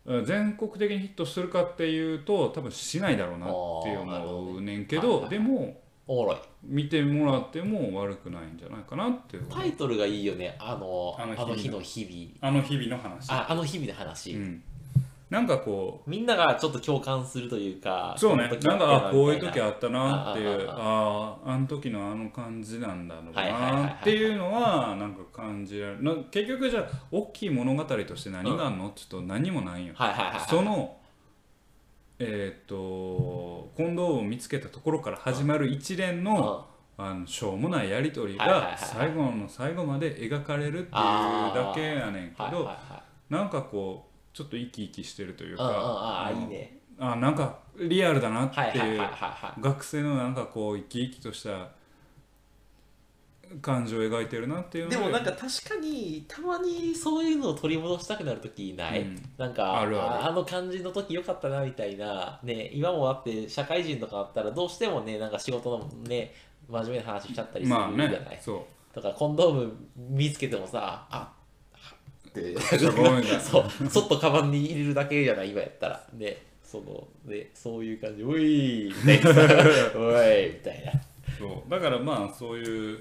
Speaker 1: えー全国的にヒットするかっていうと多分しないだろうなって
Speaker 2: あーなるほ
Speaker 1: 思
Speaker 2: ど
Speaker 1: うねんけ
Speaker 2: はい
Speaker 1: ど
Speaker 2: はい
Speaker 1: でも
Speaker 2: おもろい。
Speaker 1: 見てもらっても悪くないんじゃないかなっていう
Speaker 2: タイトルがいいよね。あの、
Speaker 1: あ
Speaker 2: あ
Speaker 1: の日々の
Speaker 2: の日の日
Speaker 1: あの日々の話
Speaker 2: 々。ああの日々の話。
Speaker 1: うんなんかこ
Speaker 2: みんながちょっと共感するというか
Speaker 1: うそうね
Speaker 2: この時
Speaker 1: なんかあこういう
Speaker 2: みた
Speaker 1: 時あったなっていう
Speaker 2: あ
Speaker 1: あああの時のあの感じなんだろう
Speaker 2: はいはいはいはい
Speaker 1: なっていうのはなんか感じられるな結局じゃあ大きい物語として何があんのって言うと何もないよ
Speaker 2: はいはいはい
Speaker 1: そのえーっとコンドームを見つけたところから始まる一連の
Speaker 2: うん
Speaker 1: あのしょうもないやり取り
Speaker 2: はいはいはいは
Speaker 1: が
Speaker 2: い
Speaker 1: 最後の最後まで描かれるっていうだ
Speaker 2: あー
Speaker 1: けやねんけ
Speaker 2: はいはい
Speaker 1: ど
Speaker 2: は
Speaker 1: なんかこうちょっと生き生きしてるとい
Speaker 2: いううんうんうん
Speaker 1: か
Speaker 2: あ
Speaker 1: う
Speaker 2: ー
Speaker 1: ん
Speaker 2: いいね
Speaker 1: あなんかリアルだな
Speaker 2: は
Speaker 1: っ
Speaker 2: いは
Speaker 1: て
Speaker 2: いはい
Speaker 1: い
Speaker 2: はいうはい
Speaker 1: 学生のなんかこう生き生きとした感情を描いてるなっていうの
Speaker 2: でもなんか確かにたまにそういうのを取り戻したくなる時ない、
Speaker 1: うん
Speaker 2: なんか
Speaker 1: あるある
Speaker 2: あの感じの時良かったなみたいなね今もあって社会人とかあったらどうしてもねなんか仕事のね真面目な話しちゃったりするじ
Speaker 1: ま
Speaker 2: ゃ
Speaker 1: あ
Speaker 2: ない、
Speaker 1: ね
Speaker 2: [laughs]
Speaker 1: そ
Speaker 2: とかコンドーム見つけてもさあっって
Speaker 1: ょごめんなさい
Speaker 2: そうちょっとカバンに入れるだけじゃない今やったらねそのねそういう感じおいみたいな [laughs] おいみたいな
Speaker 1: うそうだからまあそういう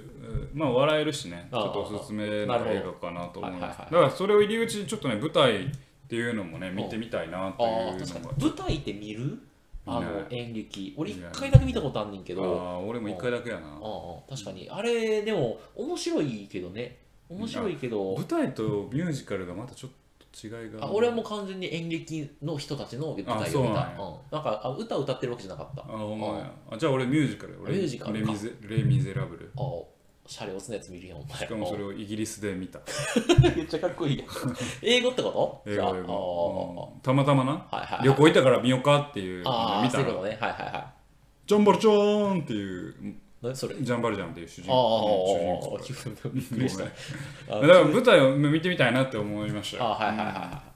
Speaker 1: うんまあ笑えるしねち
Speaker 2: あー
Speaker 1: ょっとおすすめ
Speaker 2: な
Speaker 1: の
Speaker 2: るほど
Speaker 1: 映画かなと思います
Speaker 2: はいはいは
Speaker 1: だ
Speaker 2: い
Speaker 1: からそれを入り口にちょっとね舞台っていうのもね見てみたいなっていう
Speaker 2: ああ確か
Speaker 1: のが
Speaker 2: に舞台って見るあ
Speaker 1: 見
Speaker 2: の
Speaker 1: ない
Speaker 2: 演劇俺
Speaker 1: 見
Speaker 2: 一
Speaker 1: ない
Speaker 2: 回だけ見たことあんねんけ
Speaker 1: あ
Speaker 2: ど
Speaker 1: あ俺も一回だけやな
Speaker 2: ああ確かにあれでも面白いけどね面白いけど
Speaker 1: 舞台とミュージカルがまたちょっと違いが
Speaker 2: あ俺はもう完全に演劇の人たちの舞台を
Speaker 1: あ
Speaker 2: 見た
Speaker 1: そう
Speaker 2: う
Speaker 1: なん
Speaker 2: ん
Speaker 1: や
Speaker 2: なんかあ歌歌ってるわけじゃなかった
Speaker 1: あほんまやあじゃあ俺ミュージカル俺
Speaker 2: ミュージカルか
Speaker 1: レミゼレ・ミゼラブル
Speaker 2: ああ、シャレオツのやつ見るよ、お前。
Speaker 1: しかもそれをイギリスで見た
Speaker 2: [laughs] めっちゃかっこい
Speaker 1: [laughs]
Speaker 2: いやん。英語ってこと
Speaker 1: 映
Speaker 2: じゃあ
Speaker 1: 画
Speaker 2: あ
Speaker 1: 英
Speaker 2: ー
Speaker 1: 語うんたまたまな
Speaker 2: はいはいはい。
Speaker 1: 旅行行ったから見ようかっていう
Speaker 2: あ
Speaker 1: の
Speaker 2: あ、
Speaker 1: で見
Speaker 2: そ
Speaker 1: た
Speaker 2: ういうこ
Speaker 1: ら
Speaker 2: とね。はいはいは
Speaker 1: ジャンバルチョーンっていう
Speaker 2: い。なそれ。ああ、
Speaker 1: ジャンバルジャンっていう主人
Speaker 2: ああ
Speaker 1: 公
Speaker 2: ああ
Speaker 1: 主人公
Speaker 2: ああびっくりした。あ
Speaker 1: だから舞台を見てみたいなって思いましたよ
Speaker 2: あはいはいはいはい。
Speaker 1: うん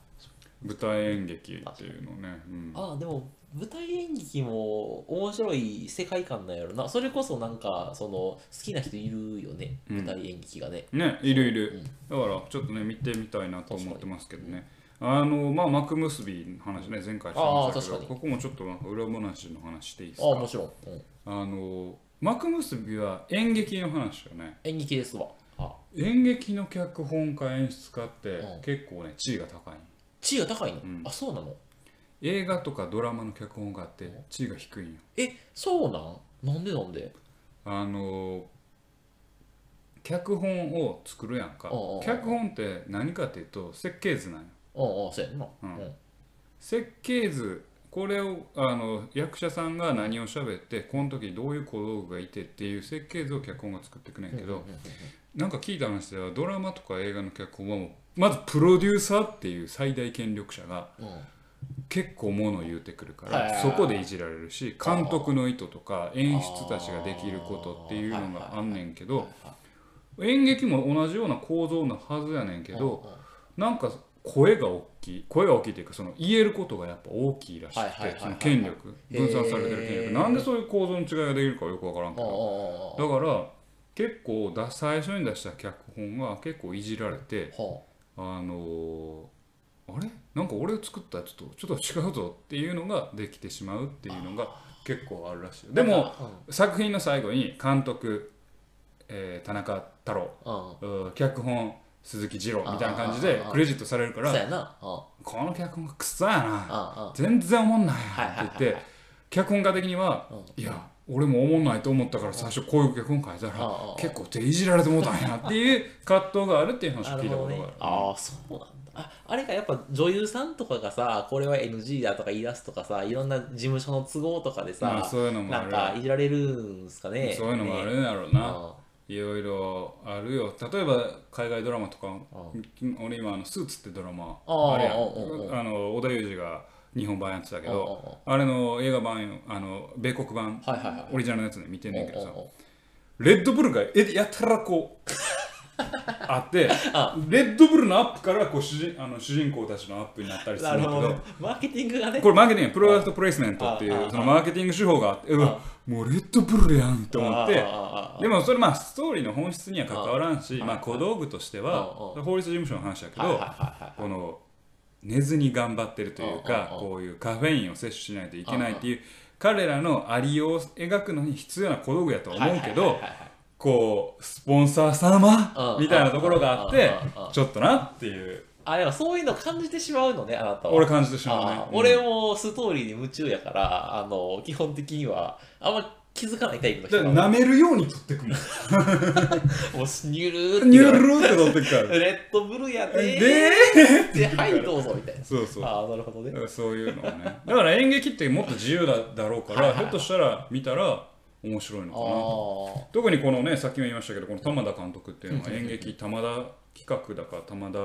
Speaker 1: 舞台演劇っていうのねうん
Speaker 2: ああ、でも、舞台演劇も面白い世界観なんやろな。それこそなんか、その、好きな人いるよね。
Speaker 1: うん
Speaker 2: 舞台演劇がね。
Speaker 1: ねいるいる、だからちょっとね見てみたいなと思ってますけどねあのまあ幕結びの話ね前回してましたけ
Speaker 2: あ
Speaker 1: ど
Speaker 2: ー確かに
Speaker 1: ここもちょっとなんか裏話の話していいです
Speaker 2: ああ、も
Speaker 1: か
Speaker 2: ちろん。うん
Speaker 1: あの幕結びは演劇の話よね
Speaker 2: 演劇ですわ。あ
Speaker 1: 演劇の脚本家演出家って
Speaker 2: うん
Speaker 1: 結構ね地位が高い
Speaker 2: 地位が高いの
Speaker 1: ん
Speaker 2: あ、そうなの
Speaker 1: 映画とかドラマの脚本家って地位が低いんよ
Speaker 2: え、そうなんなんでなんで
Speaker 1: あの脚本を作るやんか
Speaker 2: うんうん
Speaker 1: 脚本って何かっていうと設計図なんよ
Speaker 2: ああ、そうやんな。
Speaker 1: うん
Speaker 2: うん
Speaker 1: 設計図これをあの役者さんが何を喋ってこの時どういう小道具がいてっていう設計図を脚本が作ってくねんけど、なんか聞いた話ではドラマとか映画の脚本はもうまずプロデューサーっていう最大権力者が
Speaker 2: うん
Speaker 1: 結構ものを言うてくるから、
Speaker 2: はい
Speaker 1: そこでいじられるし監督の意図とか演出たちができることっていうのがあんねんけど、演劇も同じような構造のはずやねんけど、なんか声が大きい声が大きいというかその言えることがやっぱ大きいらし
Speaker 2: はい
Speaker 1: く
Speaker 2: はいは
Speaker 1: て
Speaker 2: いはい
Speaker 1: その権力
Speaker 2: へ
Speaker 1: 分
Speaker 2: ー
Speaker 1: 散されてる権力なんでそういう構造の違いができるかよくわからんけど
Speaker 2: は
Speaker 1: だから結構だ最初に出した脚本は結構いじられてあのーあれなんか俺が作ったちょっとちょっと違うぞっていうのができてしまうっていうのが結構あるらしいよでも作品の最後に監督、えー田中太郎
Speaker 2: あ
Speaker 1: うん脚本鈴木二郎みたいな感じ
Speaker 2: あ
Speaker 1: で
Speaker 2: ーあー
Speaker 1: クレジットされるか
Speaker 2: そ
Speaker 1: ら
Speaker 2: うやなあ
Speaker 1: この脚本がクソやな
Speaker 2: あ
Speaker 1: 全然おもんないやんって言
Speaker 2: はいはい
Speaker 1: って脚本家的には
Speaker 2: う
Speaker 1: いや俺もおもんないと思ったから最初こういう脚本書いた
Speaker 2: あ
Speaker 1: ら
Speaker 2: あ
Speaker 1: 結構手いじられてもうたんやっていう葛藤があるっていう話を聞いたことがあ
Speaker 2: ああそうなんだああれかやっぱ女優さんとかがさこれは NG だとか言い出すとかさいろんな事務所の都合とかで
Speaker 1: るまあ
Speaker 2: さ
Speaker 1: そういうのも
Speaker 2: な
Speaker 1: あ
Speaker 2: ん
Speaker 1: る
Speaker 2: かいじられるんすかね
Speaker 1: そういうのもあるんやろうなないろいろあるよ例えば海外ドラマとか俺今あの「スーツ」ってドラマ
Speaker 2: あー
Speaker 1: あれやん
Speaker 2: あー
Speaker 1: あの織田裕二が日本版やってたけど
Speaker 2: ど
Speaker 1: あれの映画版あの米国版
Speaker 2: はいはいはい
Speaker 1: オリジナルのやつね見てんねんけどさ
Speaker 2: おうおうおう
Speaker 1: レッドブルがえやたらこ
Speaker 2: [laughs]
Speaker 1: うあって
Speaker 2: あ
Speaker 1: レッドブルのアップからこう主人あの主人公たちのアップになったりする
Speaker 2: なんる
Speaker 1: だけ
Speaker 2: ほ
Speaker 1: ど
Speaker 2: どマーケティングがね
Speaker 1: これマーケティングプロダクトプレイスメントってい
Speaker 2: あ
Speaker 1: う
Speaker 2: あ
Speaker 1: そのマーケティング手法があってうわもうレッドブルやんと思っ
Speaker 2: あ
Speaker 1: て
Speaker 2: あああああ
Speaker 1: でもそれまあストーリーの本質には関わらんし
Speaker 2: ああ
Speaker 1: まあ小道具としては
Speaker 2: ああ
Speaker 1: 法律事務所の話だけ
Speaker 2: はいはい
Speaker 1: ど
Speaker 2: はいはい
Speaker 1: この寝ずに頑張ってるというか
Speaker 2: うんうんうん
Speaker 1: こういうカフェインを摂取しないといけないっていう彼らのありようを描くのに必要な小道具やとは思うけ
Speaker 2: はいは
Speaker 1: ど
Speaker 2: いはいはい
Speaker 1: こうスポンサー様
Speaker 2: うん
Speaker 1: みたいなところがあって
Speaker 2: うんうんうんうん
Speaker 1: ちょっとなっていう
Speaker 2: あだからそういうの感じてしまうのねあなたは
Speaker 1: 俺感じてしまうね
Speaker 2: あー。俺
Speaker 1: うん
Speaker 2: もストーリーに夢中やからあの基本的にはあんま気づかないタイプの
Speaker 1: だ
Speaker 2: 人
Speaker 1: から
Speaker 2: な
Speaker 1: 舐めるように取ってく
Speaker 2: [laughs]
Speaker 1: る。
Speaker 2: のもうニュルーって
Speaker 1: ニュルルって取ってくから。
Speaker 2: レッドブルや
Speaker 1: で
Speaker 2: でではいどうぞみたいな
Speaker 1: そうそう。
Speaker 2: ああなるほどね
Speaker 1: そういうのはね。だから演劇ってもっと自由だだろうか
Speaker 2: はい
Speaker 1: ら、
Speaker 2: はいは
Speaker 1: ひ
Speaker 2: い
Speaker 1: ょっとしたら見たら面白いの
Speaker 2: あ
Speaker 1: かな。
Speaker 2: あ
Speaker 1: 特にこのね、さっきも言いましたけど、この玉田監督っていうのは
Speaker 2: うんうんう
Speaker 1: 演
Speaker 2: ん
Speaker 1: 劇玉田企画だか玉田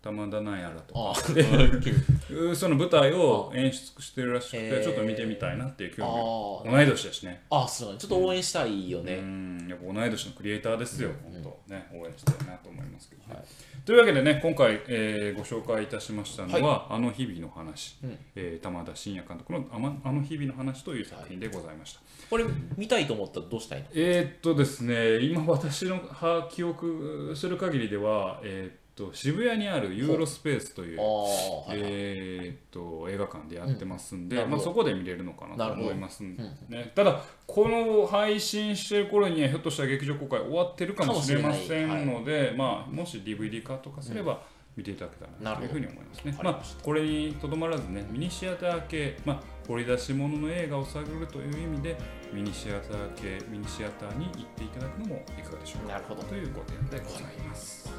Speaker 1: 玉田なんやらとか
Speaker 2: ああ
Speaker 1: いうその舞台を演出してるらしく
Speaker 2: へ
Speaker 1: て、
Speaker 2: ー
Speaker 1: ちょっと見てみたいなっていう興
Speaker 2: あ
Speaker 1: 味。同い年だしね。
Speaker 2: ああそうだねちょっと応援したいよ
Speaker 1: う
Speaker 2: ね、
Speaker 1: んやっぱ同い年のクリエイターですよ、
Speaker 2: うん
Speaker 1: 本当ね、応援したいなと思いますけどね。
Speaker 2: はい
Speaker 1: というわけでね、今回、えーご紹介いたしましたのは、あの日々の話、
Speaker 2: うん
Speaker 1: えー玉田真也監督のあ,、まあの日々の話という作品でございました。
Speaker 2: これ見たいと思ったらどうしたいの
Speaker 1: えーっとですね、今私のは記憶する限りでは、えーっと渋谷にあるユーロスペースという、
Speaker 2: ああ、はいはい
Speaker 1: えーっと映画館でやってますん
Speaker 2: うん
Speaker 1: で、
Speaker 2: なる
Speaker 1: ま
Speaker 2: ほ
Speaker 1: あ、
Speaker 2: ど
Speaker 1: そこで見れるのかな
Speaker 2: な
Speaker 1: と
Speaker 2: るほど
Speaker 1: 思いますんで、
Speaker 2: うん
Speaker 1: ね、ただこの配信してる頃にはひょっとしたら劇場公開終わってるかもしれませんのでまあ、もし DVD 化とかすれば見ていただけた
Speaker 2: な
Speaker 1: ら
Speaker 2: る
Speaker 1: と
Speaker 2: ほ
Speaker 1: いう
Speaker 2: ど
Speaker 1: ふうに思いますね、
Speaker 2: わかり
Speaker 1: ま
Speaker 2: ま
Speaker 1: あ、これにとどまらずねミニシアター系、まあ、掘り出し物の映画を探るという意味でミニシアター系ミニシアターに行っていただくのもいかがでしょうか
Speaker 2: なるほど
Speaker 1: というご提案でございます。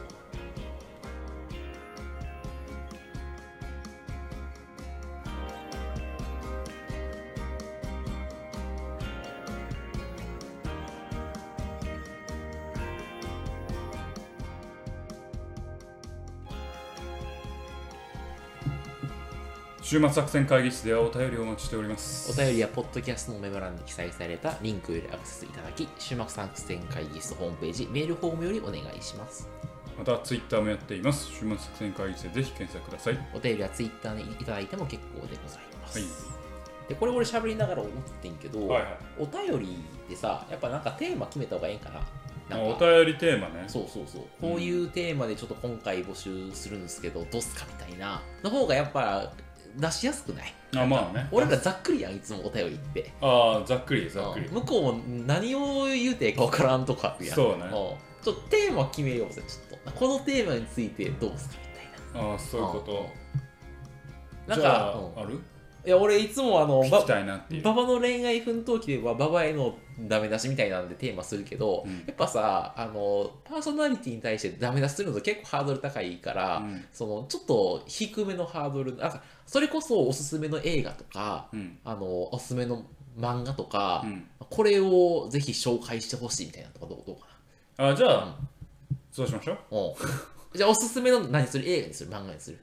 Speaker 1: 週末作戦会議室ではお便りをお待ちしております。
Speaker 2: お便りはポッドキャストのメモ欄に記載されたリンクよりアクセスいただき、週末作戦会議室ホームページ、メールフォームよりお願いします。
Speaker 1: またツイッターもやっています。週末作戦会議室でぜひ検索ください。
Speaker 2: お便りはツイッターにいただいても結構でございます。
Speaker 1: はい
Speaker 2: でこれ俺喋りながら思ってんけど、
Speaker 1: はいはい
Speaker 2: お便りでさ、やっぱなんかテーマ決めた方がええんかな。
Speaker 1: あ
Speaker 2: なん
Speaker 1: お
Speaker 2: か
Speaker 1: 便りテーマね。
Speaker 2: そうそうそう、こういうテーマでちょっと今回募集するんですけど、どうっすかみたいな、の方がやっぱ出しやすくない
Speaker 1: あ、まあね。
Speaker 2: 俺らざっくりやん、いつもお便りって。
Speaker 1: ああ、ざっくり、ざっくり。
Speaker 2: 向こうも何を言うていいか分からんとかやん
Speaker 1: そうね
Speaker 2: んちょっとテーマ決めようぜちょっとこのテーマについてどうすかみたい
Speaker 1: ああ、そういうこと。
Speaker 2: ななん
Speaker 1: じゃ
Speaker 2: か
Speaker 1: あ、
Speaker 2: うん
Speaker 1: ある
Speaker 2: いや俺いつもあの
Speaker 1: 聞
Speaker 2: ば
Speaker 1: きたいなっていう。
Speaker 2: ババの恋愛奮闘記ではババへのダメ出しみたいなんでテーマするけど、
Speaker 1: うん
Speaker 2: やっぱさあのパーソナリティに対してダメ出しするの結構ハードル高いから、
Speaker 1: うん
Speaker 2: そのちょっと低めのハードルなんかそれこそおすすめの映画とか
Speaker 1: うん。
Speaker 2: あのおすすめの漫画とか、
Speaker 1: うん、
Speaker 2: これをぜひ紹介してほしいみたいなとかどうどうか
Speaker 1: あじゃあ、
Speaker 2: うん
Speaker 1: そうしましょう。
Speaker 2: な。うんじゃあおすすめの何する映画にする漫画にする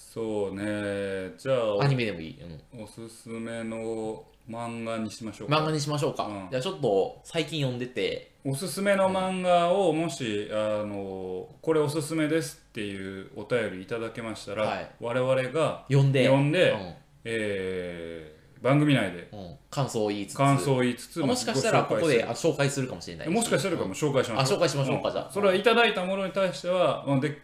Speaker 1: そうね。じゃあ、
Speaker 2: アニメでもいい、うん、
Speaker 1: おすすめの漫画にしましょうか。
Speaker 2: 漫画にしましょうか、
Speaker 1: うん
Speaker 2: じゃあちょっと最近読んでて
Speaker 1: おすすめの漫画をもし、あのこれおすすめですっていうお便りいただけましたら、
Speaker 2: はい
Speaker 1: 我々が
Speaker 2: 読んで
Speaker 1: 読んでえー番組内で
Speaker 2: うんうん、感想を言いつつ
Speaker 1: 感想を言いつつ
Speaker 2: あもしかしたらここであ
Speaker 1: ご紹介
Speaker 2: 紹介するかもしれな
Speaker 1: す
Speaker 2: い
Speaker 1: るもしかしたらこれも紹介しましょう
Speaker 2: あ紹介しましょうか
Speaker 1: ん
Speaker 2: じゃあ
Speaker 1: それはいただいたものに対してはうんで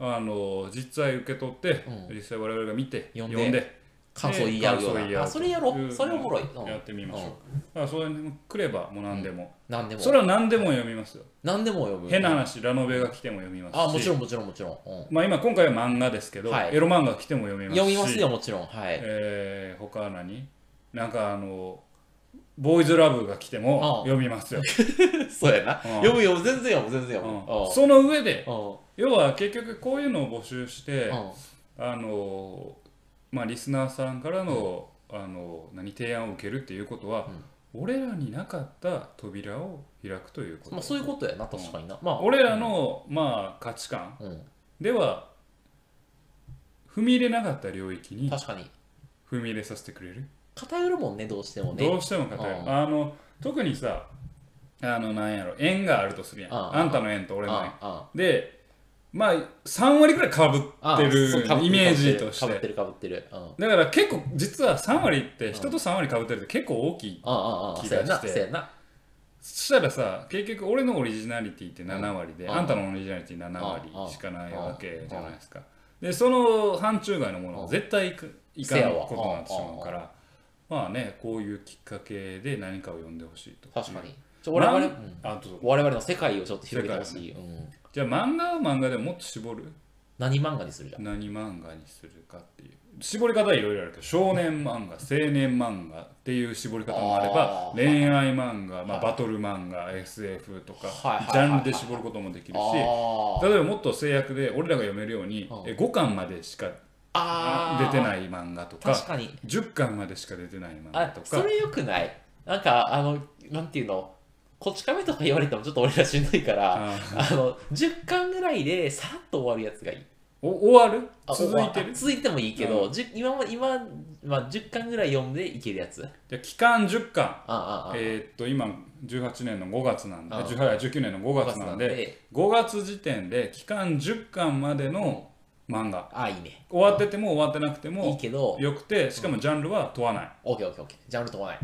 Speaker 1: あの実際受け取って、
Speaker 2: う
Speaker 1: 実際我々が見て
Speaker 2: 読んで
Speaker 1: 読んで
Speaker 2: 感想を言い合うよ
Speaker 1: 感想を
Speaker 2: う
Speaker 1: 言い合
Speaker 2: な
Speaker 1: う
Speaker 2: あそれやろ
Speaker 1: うん
Speaker 2: それおもろい、うん
Speaker 1: やってみましょう、あそれに来ればもう何でも、
Speaker 2: 何でも
Speaker 1: それは何でも読みますよ、
Speaker 2: 何でも読む
Speaker 1: 変な話ラノベが来ても読みますし
Speaker 2: あもちろんもちろんもちろん、うん
Speaker 1: まあ、今今回は漫画ですけど、
Speaker 2: はい
Speaker 1: エロ漫画来ても読みますし
Speaker 2: 読みますよもちろんはい
Speaker 1: えー、他は何なんかあのボーイズラブが来ても
Speaker 2: うん
Speaker 1: 読みますよ、
Speaker 2: [laughs] そうやな、
Speaker 1: うん
Speaker 2: 読む読む全然読む全然
Speaker 1: う
Speaker 2: 読む、
Speaker 1: ん
Speaker 2: うん
Speaker 1: その上で
Speaker 2: うん
Speaker 1: 要は結局こういうのを募集して、
Speaker 2: うん
Speaker 1: あのまあリスナーさんからの,、あの何提案を受けるっていうことは、俺らになかった扉を開くということ、
Speaker 2: まあ、そういうことやな確かにな、まあ
Speaker 1: 俺らの、まあ価値観
Speaker 2: うん、
Speaker 1: では踏み入れなかった領域に
Speaker 2: 確かに
Speaker 1: 踏み入れさせてくれる
Speaker 2: 偏るもんねどうしてもね
Speaker 1: どうしても硬い
Speaker 2: うん
Speaker 1: あの特にさあのなんやろ縁があるとするやん
Speaker 2: うんうん
Speaker 1: あんたの縁と俺の縁
Speaker 2: あ
Speaker 1: でまあ3割くらいかぶ
Speaker 2: あ
Speaker 1: ってるイメージとし
Speaker 2: かぶっててるかぶってるうんあ
Speaker 1: だから結構実は3割って人と3割かぶってるって結構大きい
Speaker 2: ああああ
Speaker 1: 気
Speaker 2: そ
Speaker 1: が
Speaker 2: うやな
Speaker 1: し
Speaker 2: そ
Speaker 1: て
Speaker 2: うやな
Speaker 1: そしたらさ結局俺のオリジナリティって7割で
Speaker 2: うん
Speaker 1: あんたのオリジナリティ7割
Speaker 2: うん
Speaker 1: しかないわけじゃないですかでその範疇外のものは絶対いかいかんことになってしまうからまあねこういうきっかけで何かを読んでほしいと
Speaker 2: 確かにちょ
Speaker 1: 我
Speaker 2: 我
Speaker 1: 々
Speaker 2: 々、うん
Speaker 1: あどうぞ
Speaker 2: 我々の世界をちょっと広げてほしい、うん、
Speaker 1: じゃあ漫画は漫画でもっと絞る
Speaker 2: 何漫画にするじゃん
Speaker 1: 何漫画にするかっていう絞り方はいろいろあるけど少年
Speaker 2: [laughs]
Speaker 1: 漫画青年漫画っていう絞り方もあれば
Speaker 2: あー
Speaker 1: 恋愛漫画、ま
Speaker 2: は
Speaker 1: あ、
Speaker 2: い
Speaker 1: バトル漫画 SF とか
Speaker 2: はいはいはい
Speaker 1: ジャンルで絞ることもできるし
Speaker 2: あー
Speaker 1: 例えばもっと制約で俺らが読めるように
Speaker 2: うん
Speaker 1: え5巻までしか
Speaker 2: あ
Speaker 1: 出てないい漫画と
Speaker 2: 確
Speaker 1: か
Speaker 2: かに
Speaker 1: 10巻までしか出てない漫画
Speaker 2: あ
Speaker 1: とか
Speaker 2: それよくないなんかあのなんていうのこち亀とか言われてもちょっと俺らしんどいから
Speaker 1: あー
Speaker 2: あの10巻ぐらいでさらっと終わるやつがいい
Speaker 1: お終わる
Speaker 2: あ
Speaker 1: 続いてる
Speaker 2: あ続いてもいいけど、
Speaker 1: う
Speaker 2: じゅ今も今、まあ、10巻ぐらい読んでいけるやつあ
Speaker 1: じゃあ期間10巻
Speaker 2: あああ
Speaker 1: えーっと今18年の5月なんで
Speaker 2: うん
Speaker 1: 18 19年の5月なんで5月時点で期間10巻までの漫画
Speaker 2: ああいいね
Speaker 1: 終わってても終わってなくて
Speaker 2: いい
Speaker 1: も
Speaker 2: けど
Speaker 1: よくてしかもジャンルは問わない、
Speaker 2: オッケーオッケーオッケージャンル問わない、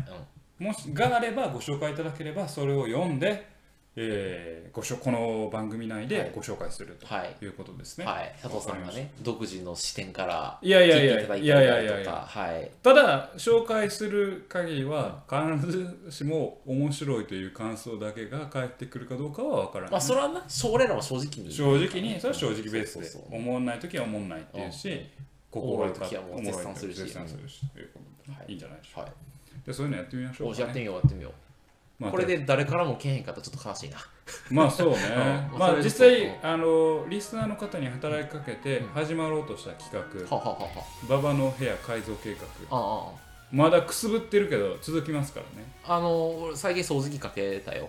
Speaker 2: うん、
Speaker 1: もしがあればご紹介いただければそれを読んで、えーごしょこの番組内
Speaker 2: は
Speaker 1: で
Speaker 2: い
Speaker 1: ご紹介すると
Speaker 2: はい、
Speaker 1: いうことですね、
Speaker 2: はい、佐藤さん
Speaker 1: わ
Speaker 2: が
Speaker 1: かり
Speaker 2: ね独自の視点から
Speaker 1: いやいやい
Speaker 2: 聞い
Speaker 1: や
Speaker 2: ていただい
Speaker 1: い
Speaker 2: た
Speaker 1: やい
Speaker 2: り
Speaker 1: やい
Speaker 2: だ
Speaker 1: や
Speaker 2: と
Speaker 1: い
Speaker 2: か
Speaker 1: や
Speaker 2: はい
Speaker 1: ただ紹介する限りは必ずしも面白いという感想だけが返ってくるかどうかは分からない、
Speaker 2: まあそれはなそう俺らも正直に
Speaker 1: 正直にそれは正直ベース
Speaker 2: そう
Speaker 1: で
Speaker 2: そうそう
Speaker 1: 思わない時は思わないっていう
Speaker 2: うんう
Speaker 1: し
Speaker 2: ん
Speaker 1: 心
Speaker 2: おもろい時はもう絶賛するし
Speaker 1: 絶賛するしということで
Speaker 2: はい
Speaker 1: いいんじゃないでしょうか
Speaker 2: はい
Speaker 1: でそういうのやってみましょ
Speaker 2: お
Speaker 1: う
Speaker 2: じゃ
Speaker 1: か
Speaker 2: あやって
Speaker 1: ね
Speaker 2: みようやってみよう、
Speaker 1: まあ
Speaker 2: これで誰からもけへんかったらちょっと悲しいな
Speaker 1: まあそう
Speaker 2: [laughs]
Speaker 1: ね
Speaker 2: うん
Speaker 1: ま
Speaker 2: そ
Speaker 1: あ
Speaker 2: れで
Speaker 1: 実際あのリスナーの方に働きかけて
Speaker 2: うん
Speaker 1: 始まろうとした企画
Speaker 2: はははは
Speaker 1: 「馬場の部屋改造計画
Speaker 2: あああ」
Speaker 1: まだくすぶってるけど続きますからね
Speaker 2: あの俺最近掃除機かけたよ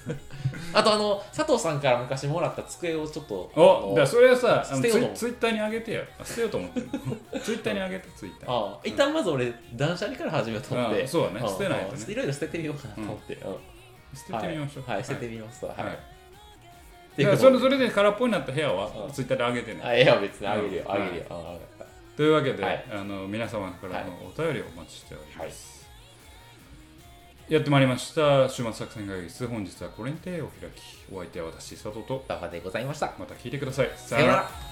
Speaker 2: [laughs] あとあの佐藤さんから昔もらった机をちょっとあ
Speaker 1: お
Speaker 2: の
Speaker 1: だからそれはさあの
Speaker 2: 捨て
Speaker 1: ツ
Speaker 2: ようと
Speaker 1: イ
Speaker 2: 思う
Speaker 1: ツイッターにあげてよあ捨てようと思ってる [laughs] ツイッターにあげてツイッター
Speaker 2: ああ一旦まず俺断捨離から始めようと思っ
Speaker 1: あ
Speaker 2: て
Speaker 1: あそうだね
Speaker 2: ん
Speaker 1: 捨てないと
Speaker 2: うん
Speaker 1: ね
Speaker 2: いろいろ捨ててみようかなと思って、うん
Speaker 1: 捨ててみましょう
Speaker 2: はい、はい捨ててみますわはい、
Speaker 1: はい
Speaker 2: てい
Speaker 1: だ
Speaker 2: う
Speaker 1: か
Speaker 2: こ
Speaker 1: ら
Speaker 2: と
Speaker 1: そ
Speaker 2: で
Speaker 1: れそれで空っぽになった部屋は
Speaker 2: うん
Speaker 1: ツイッターで上げてね、
Speaker 2: あいや別にあげるよ
Speaker 1: うん
Speaker 2: あげるよ、うんあ
Speaker 1: というわけで、
Speaker 2: はい
Speaker 1: あの皆様からの
Speaker 2: は
Speaker 1: お便りをお待ちしております、
Speaker 2: はい
Speaker 1: やってまいりました週末作戦会議室本日はこれにてお開きお相手は私佐藤と
Speaker 2: 馬場でございました
Speaker 1: また聞いてくださいさ
Speaker 2: さようなら